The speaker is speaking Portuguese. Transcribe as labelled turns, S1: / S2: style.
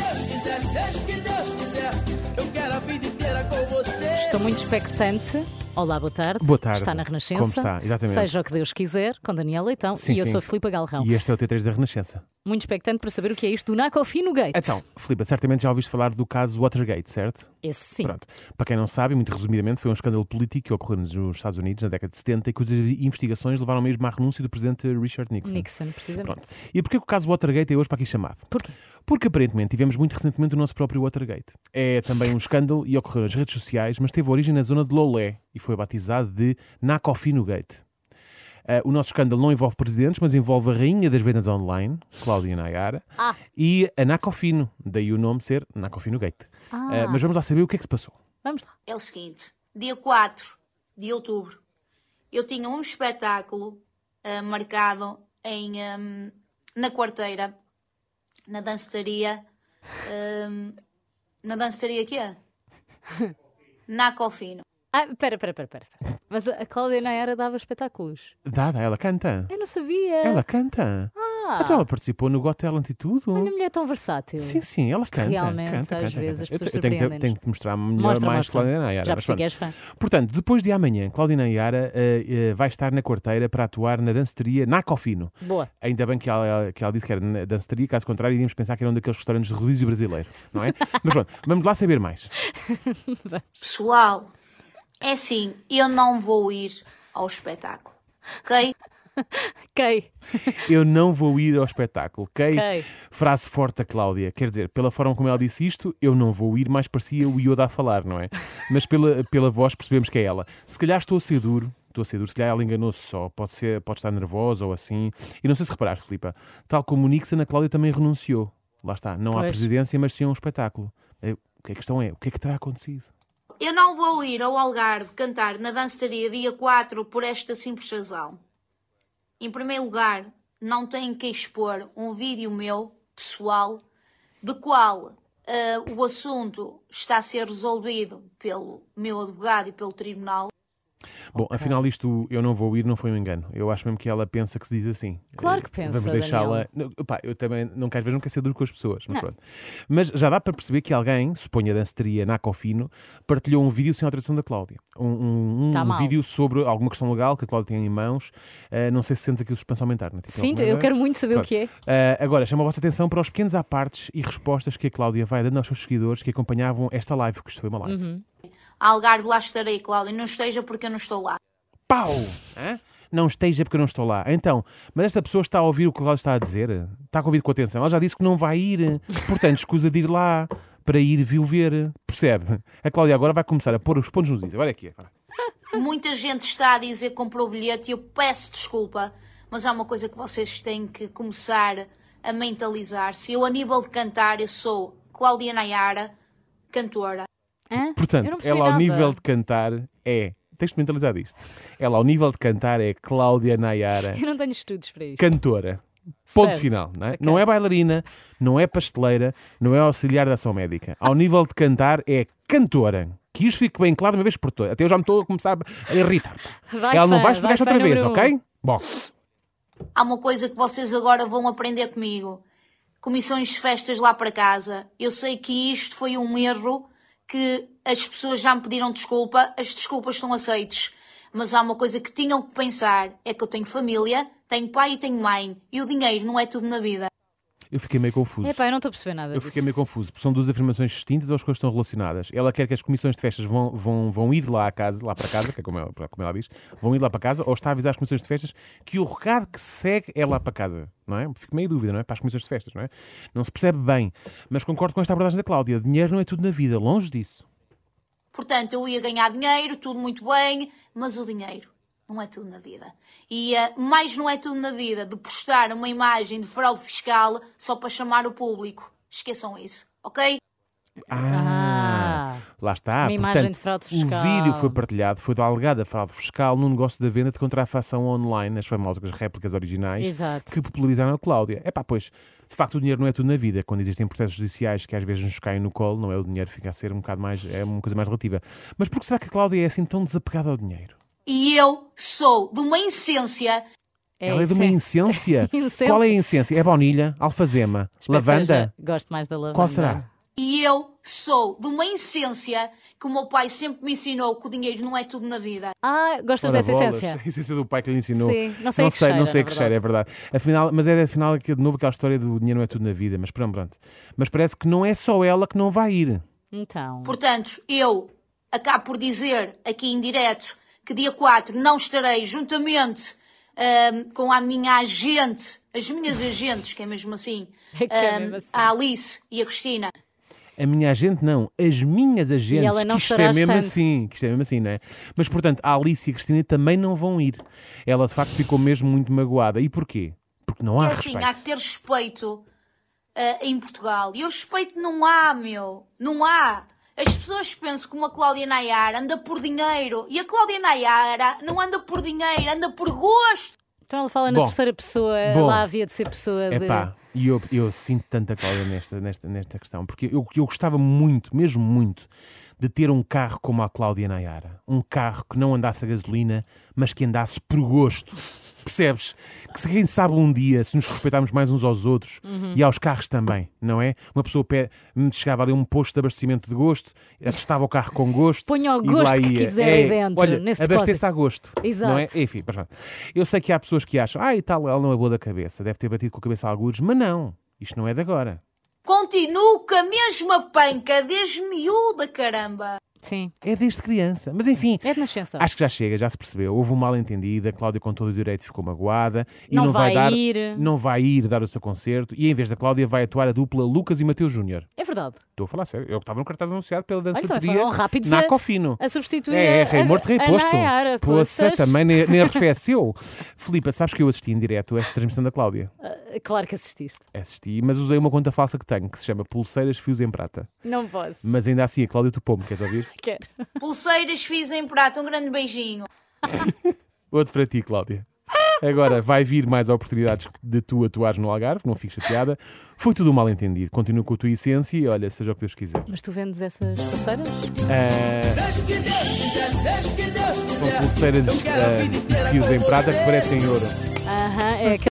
S1: Seja o que Deus quiser, eu quero a vida inteira com você.
S2: Estou muito expectante. Olá, boa tarde.
S3: Boa tarde.
S2: Está na Renascença.
S3: Como está? Exatamente.
S2: Seja o que Deus quiser, com Daniel Leitão.
S3: Sim,
S2: e eu
S3: sim.
S2: sou a Filipa Galrão.
S3: E este é o T3 da Renascença.
S2: Muito expectante para saber o que é isto do Nacofi no Gate.
S3: Então, Filipe, certamente já ouviste falar do caso Watergate, certo?
S2: Esse sim.
S3: Pronto. Para quem não sabe, muito resumidamente, foi um escândalo político que ocorreu nos Estados Unidos na década de 70 e cujas investigações levaram mesmo à renúncia do presidente Richard Nixon.
S2: Nixon, precisamente.
S3: Pronto. E porquê que o caso Watergate é hoje para aqui chamado?
S2: Porquê?
S3: Porque aparentemente tivemos muito recentemente o nosso próprio Watergate. É também um escândalo e ocorreu nas redes sociais, mas teve origem na zona de Lolé e foi batizado de Nacofino Gate. Ah, o nosso escândalo não envolve presidentes, mas envolve a rainha das vendas online, Cláudia Nayara,
S2: Ah.
S3: e a Nacofino, daí o nome ser Nacofino Gate. Ah, mas vamos lá saber o que é que se passou.
S2: Vamos lá.
S4: é o seguinte: dia 4 de outubro, eu tinha um espetáculo ah, marcado em, hum, na quarteira, na danceria. hum, na danceria quê? na Cofino.
S2: Ah, pera, pera, pera, pera. pera. Mas a a Cláudia Nayara dava espetáculos.
S3: Dada, ela canta.
S2: Eu não sabia.
S3: Ela canta.
S2: É. Ah,
S3: Então ela participou no Got Talent e tudo.
S2: Olha a mulher é tão versátil.
S3: Sim, sim, ela canta.
S2: realmente,
S3: canta,
S2: às
S3: canta,
S2: vezes,
S3: canta.
S2: as pessoas
S3: eu, te- eu tenho, que-
S2: surpreendem-nos.
S3: tenho que te mostrar melhor
S2: Mostra,
S3: mais
S2: mostra.
S3: Cláudia Nayara.
S2: Já
S3: mas
S2: percebi que és
S3: pronto.
S2: fã.
S3: Portanto, depois de amanhã, Cláudia Nayara eh, eh, vai estar na quarteira para atuar na danceteria Nacofino.
S2: Boa.
S3: Ainda bem que ela, que ela disse que era na danceteria, caso contrário, iríamos pensar que era um daqueles restaurantes de rodízio brasileiro, não é? mas pronto, vamos lá saber mais.
S4: Pessoal, é assim: eu não vou ir ao espetáculo, ok?
S2: Ok.
S3: Eu não vou ir ao espetáculo, ok?
S2: Ok.
S3: Frase forte da Cláudia. Quer dizer, pela forma como ela disse isto, eu não vou ir, mais parecia o Yoda a falar, não é? Mas pela, pela voz percebemos que é ela. Se calhar estou a ser duro. Estou a ser duro, se calhar ela enganou-se só, pode, ser, pode estar nervosa ou assim. E não sei se reparar, Filipa, tal como o Nixon, a Cláudia também renunciou. Lá está, não
S2: Pois.
S3: há presidência, mas sim a um espetáculo. É, O que a questão é, o que é que terá acontecido?
S4: Eu não vou ir ao Algarve cantar na danceria dia 4 por esta simples razão. Em primeiro lugar, não tenho que expor um vídeo meu, pessoal, de qual ah, o assunto está a ser resolvido pelo meu advogado e pelo tribunal.
S3: Bom, afinal, isto eu não vou ir, não foi um engano. Eu acho mesmo que ela pensa que se diz assim.
S2: Claro que
S3: Eh,
S2: pensa,
S3: Vamos
S2: Daniel.
S3: deixá-la. Não, opá, eu também não quero ver, não quero ser duro com as pessoas. Mas, pronto. mas já dá para perceber que alguém, suponho a danceteria Nacofino, partilhou um vídeo sem autorização da Cláudia. Um, um, um
S2: Tá mal.
S3: vídeo sobre alguma questão legal que a Cláudia tem em mãos. Eh, não sei se sentes aqui o suspense aumentar, não é? Tipo,
S2: Sinto,
S3: alguma-
S2: eu quero muito saber o
S3: Pronto.
S2: que é.
S3: Ah, agora, chamo a vossa atenção para os pequenos apartes e respostas que a Cláudia vai dando aos seus seguidores que acompanhavam esta live, que isto foi uma live.
S2: Uhum.
S4: Algarve, lá estarei, Cláudia, não esteja porque eu não estou lá.
S3: Pau! Hã? Não esteja porque eu não estou lá. Então, mas esta pessoa está a ouvir o que o Cláudio está a dizer? Está a ouvir com atenção? Ela já disse que não vai ir. Portanto, escusa de ir lá. Para ir, viu ver. Percebe? A Cláudia agora vai começar a pôr os pontos nos is. Olha aqui. vai.
S4: Muita gente está a dizer que comprou o bilhete e eu peço desculpa, mas há uma coisa que vocês têm que começar a mentalizar-se. Eu, a nível de cantar, eu sou Cláudia Nayara, cantora.
S2: Hã? Eu não
S3: Portanto,
S2: percebi
S3: ela ao
S2: nada.
S3: nível de cantar é. Tens de mentalizar disto. Ela ao nível de cantar é Cláudia Nayara,
S2: Eu não tenho estudos para isto.
S3: cantora. Ponto
S2: Certo.
S3: final. Não é?
S2: Ok.
S3: não é bailarina, não é pasteleira, não é auxiliar de ação médica. Ao nível de cantar, é cantora. Que isto fique bem claro de uma vez por todas. Até eu já me estou a começar a irritar. pá.
S2: Vai,
S3: Ela
S2: fã,
S3: não vai explicar
S2: vai,
S3: isto
S2: fã
S3: outra vez,
S2: número um.
S3: ok? Bom,
S4: Há uma coisa que vocês agora vão aprender comigo. Comissões de festas lá para casa. Eu sei que isto foi um erro, que as pessoas já me pediram desculpa, as desculpas estão aceites. Mas há uma coisa que tinham que pensar, é que eu tenho família, tenho pai e tenho mãe, e o dinheiro não é tudo na vida.
S3: eu fiquei meio confuso.
S2: Epá, eu não estou a perceber nada
S3: Eu
S2: disso.
S3: fiquei meio confuso, porque são duas afirmações distintas ou as coisas estão relacionadas. Ela quer que as comissões de festas vão, vão, vão ir lá, à casa, lá para casa, que é como ela, como ela diz, vão ir lá para casa, ou está a avisar as comissões de festas que o recado que segue é lá para casa, não é? Fico meio em dúvida, não é? Para as comissões de festas, não é? Não se percebe bem, mas concordo com esta abordagem da Cláudia. Dinheiro não é tudo na vida, longe disso.
S4: Portanto, eu ia ganhar dinheiro, tudo muito bem, mas o dinheiro não é tudo na vida. E eh, mais não é tudo na vida de postar uma imagem de fraude fiscal só para chamar o público. Esqueçam isso, ok?
S2: Ah.
S3: Lá está.
S2: Uma imagem de fraude fiscal.
S3: O vídeo que foi partilhado foi da alegada fraude fiscal no negócio da venda de contrafação online, as famosas réplicas originais
S2: Exato.
S3: que popularizaram a Cláudia. É pá, pois, de facto o dinheiro não é tudo na vida. Quando existem processos judiciais que às vezes nos caem no colo, não é o dinheiro, fica a ser um bocado mais, é uma coisa mais relativa. Mas por que será que a Cláudia é assim tão desapegada ao dinheiro?
S4: E eu sou de uma essência
S3: Ela é de uma
S2: isso,
S3: incência.
S2: Incência.
S3: Qual é a incência? É baunilha, alfazema,
S2: Espero que
S3: lavanda?
S2: seja- Gosto mais da lavanda.
S3: Qual será?
S4: E eu sou de uma essência que o meu pai sempre me ensinou que o dinheiro não é tudo na vida.
S2: Ah, gostas
S3: Ora,
S2: dessa
S3: bolas,
S2: essência?
S3: A essência do pai que lhe ensinou.
S2: Sim, não sei a que
S3: não sei,
S2: cheira,
S3: não sei a
S2: na
S3: que cheira, é verdade. Afinal, mas é afinal aqui, de novo aquela história do dinheiro não é tudo na vida, mas pronto, pronto. Mas parece que não é só ela que não vai ir.
S2: Então.
S4: Portanto, eu acabo por dizer aqui em direto que dia 4 não estarei juntamente ahm, com a minha agente, as minhas agentes, que é mesmo assim,
S2: É que é
S4: ahm,
S2: mesmo assim.
S4: a Alice e a Cristina.
S3: A minha agente não, as minhas agentes.
S2: ela não
S3: que isto
S2: estará
S3: é mesmo
S2: estando.
S3: assim, que isto é mesmo assim, não é? Mas portanto, a Alice e a Cristina também não vão ir. Ela de facto ficou mesmo muito magoada. E porquê? Porque não há
S4: é assim,
S3: respeito.
S4: há que ter respeito ah, em Portugal. E o respeito não há, meu. Não há. As pessoas pensam que uma Cláudia Nayara anda por dinheiro. E a Cláudia Nayara não anda por dinheiro, anda por gosto.
S2: Então ele fala na
S3: Bom.
S2: terceira pessoa,
S3: Bom.
S2: lá havia de ser pessoa de.
S3: Epá, e eu, eu sinto tanta Cláudia nesta, nesta, nesta questão, porque eu, eu gostava muito, mesmo muito, de ter um carro como a Cláudia Nayara. Um carro que não andasse a gasolina, mas que andasse por gosto. Percebes? Que se quem sabe um dia, se nos respeitarmos mais uns aos outros e aos carros também, não é? Uma pessoa pe- chegava ali a um posto de abastecimento de gosto, atestava o carro com gosto.
S2: Ponha o
S3: e lá
S2: gosto que
S3: ia.
S2: quiser
S3: É,
S2: aí dentro,
S3: Olha,
S2: nesse depósito.
S3: abasteça a gosto.
S2: Exato.
S3: Não é? Enfim, mas pronto. eu sei que há pessoas que acham, ah, e tal, ela não é boa da cabeça, deve ter batido com a cabeça a algures, mas não, isto não é de agora.
S4: Continuo com a mesma panca desde miúda, caramba.
S2: Sim,
S3: É desde criança. Mas enfim,
S2: é de nascença.
S3: acho que já chega, já se percebeu. Houve um mal-entendido, a Cláudia com todo o direito ficou magoada e
S2: Não
S3: não,
S2: vai
S3: vai, dar,
S2: ir.
S3: não vai ir dar o seu concerto e em vez da Cláudia vai atuar a dupla Lucas e Mateus Júnior.
S2: É verdade.
S3: Estou a falar sério, eu que estava no cartaz anunciado pela
S2: Olha,
S3: dança
S2: também
S3: pedia
S2: foram rápidos
S3: na
S2: a-
S3: Cofino.
S2: um A substituir.
S3: É, é, rei
S2: a,
S3: morto, rei
S2: a
S3: posto.
S2: Nayara,
S3: Poça,
S2: poças.
S3: também nem, nem arrefeceu. Filipa, sabes que eu assisti em direto a esta transmissão da Cláudia?
S2: Ah, Claro que assististe.
S3: Assisti, mas usei uma conta falsa que tenho, que se chama Pulseiras Fios em Prata.
S2: Não posso.
S3: Mas ainda assim, a Cláudia Tupou-me, queres ouvir?
S2: Quero.
S4: Pulseiras fiz em prato, um grande beijinho.
S3: Outro para ti, Cláudia. Agora, vai vir mais oportunidades de tu atuares no Algarve, não fiques chateada. Foi tudo um mal-entendido. Continua com a tua essência e olha, seja o que Deus quiser.
S2: Mas tu vendes essas pulseiras?
S3: Ah,
S1: Seja o que Deus quiser, seja o que Deus
S3: são
S1: quiser.
S3: pulseiras
S1: Eu quero a
S3: ah,
S1: vida inteira
S3: de fios
S1: com
S3: em prata que
S1: você.
S3: parecem ouro.
S2: Aham, é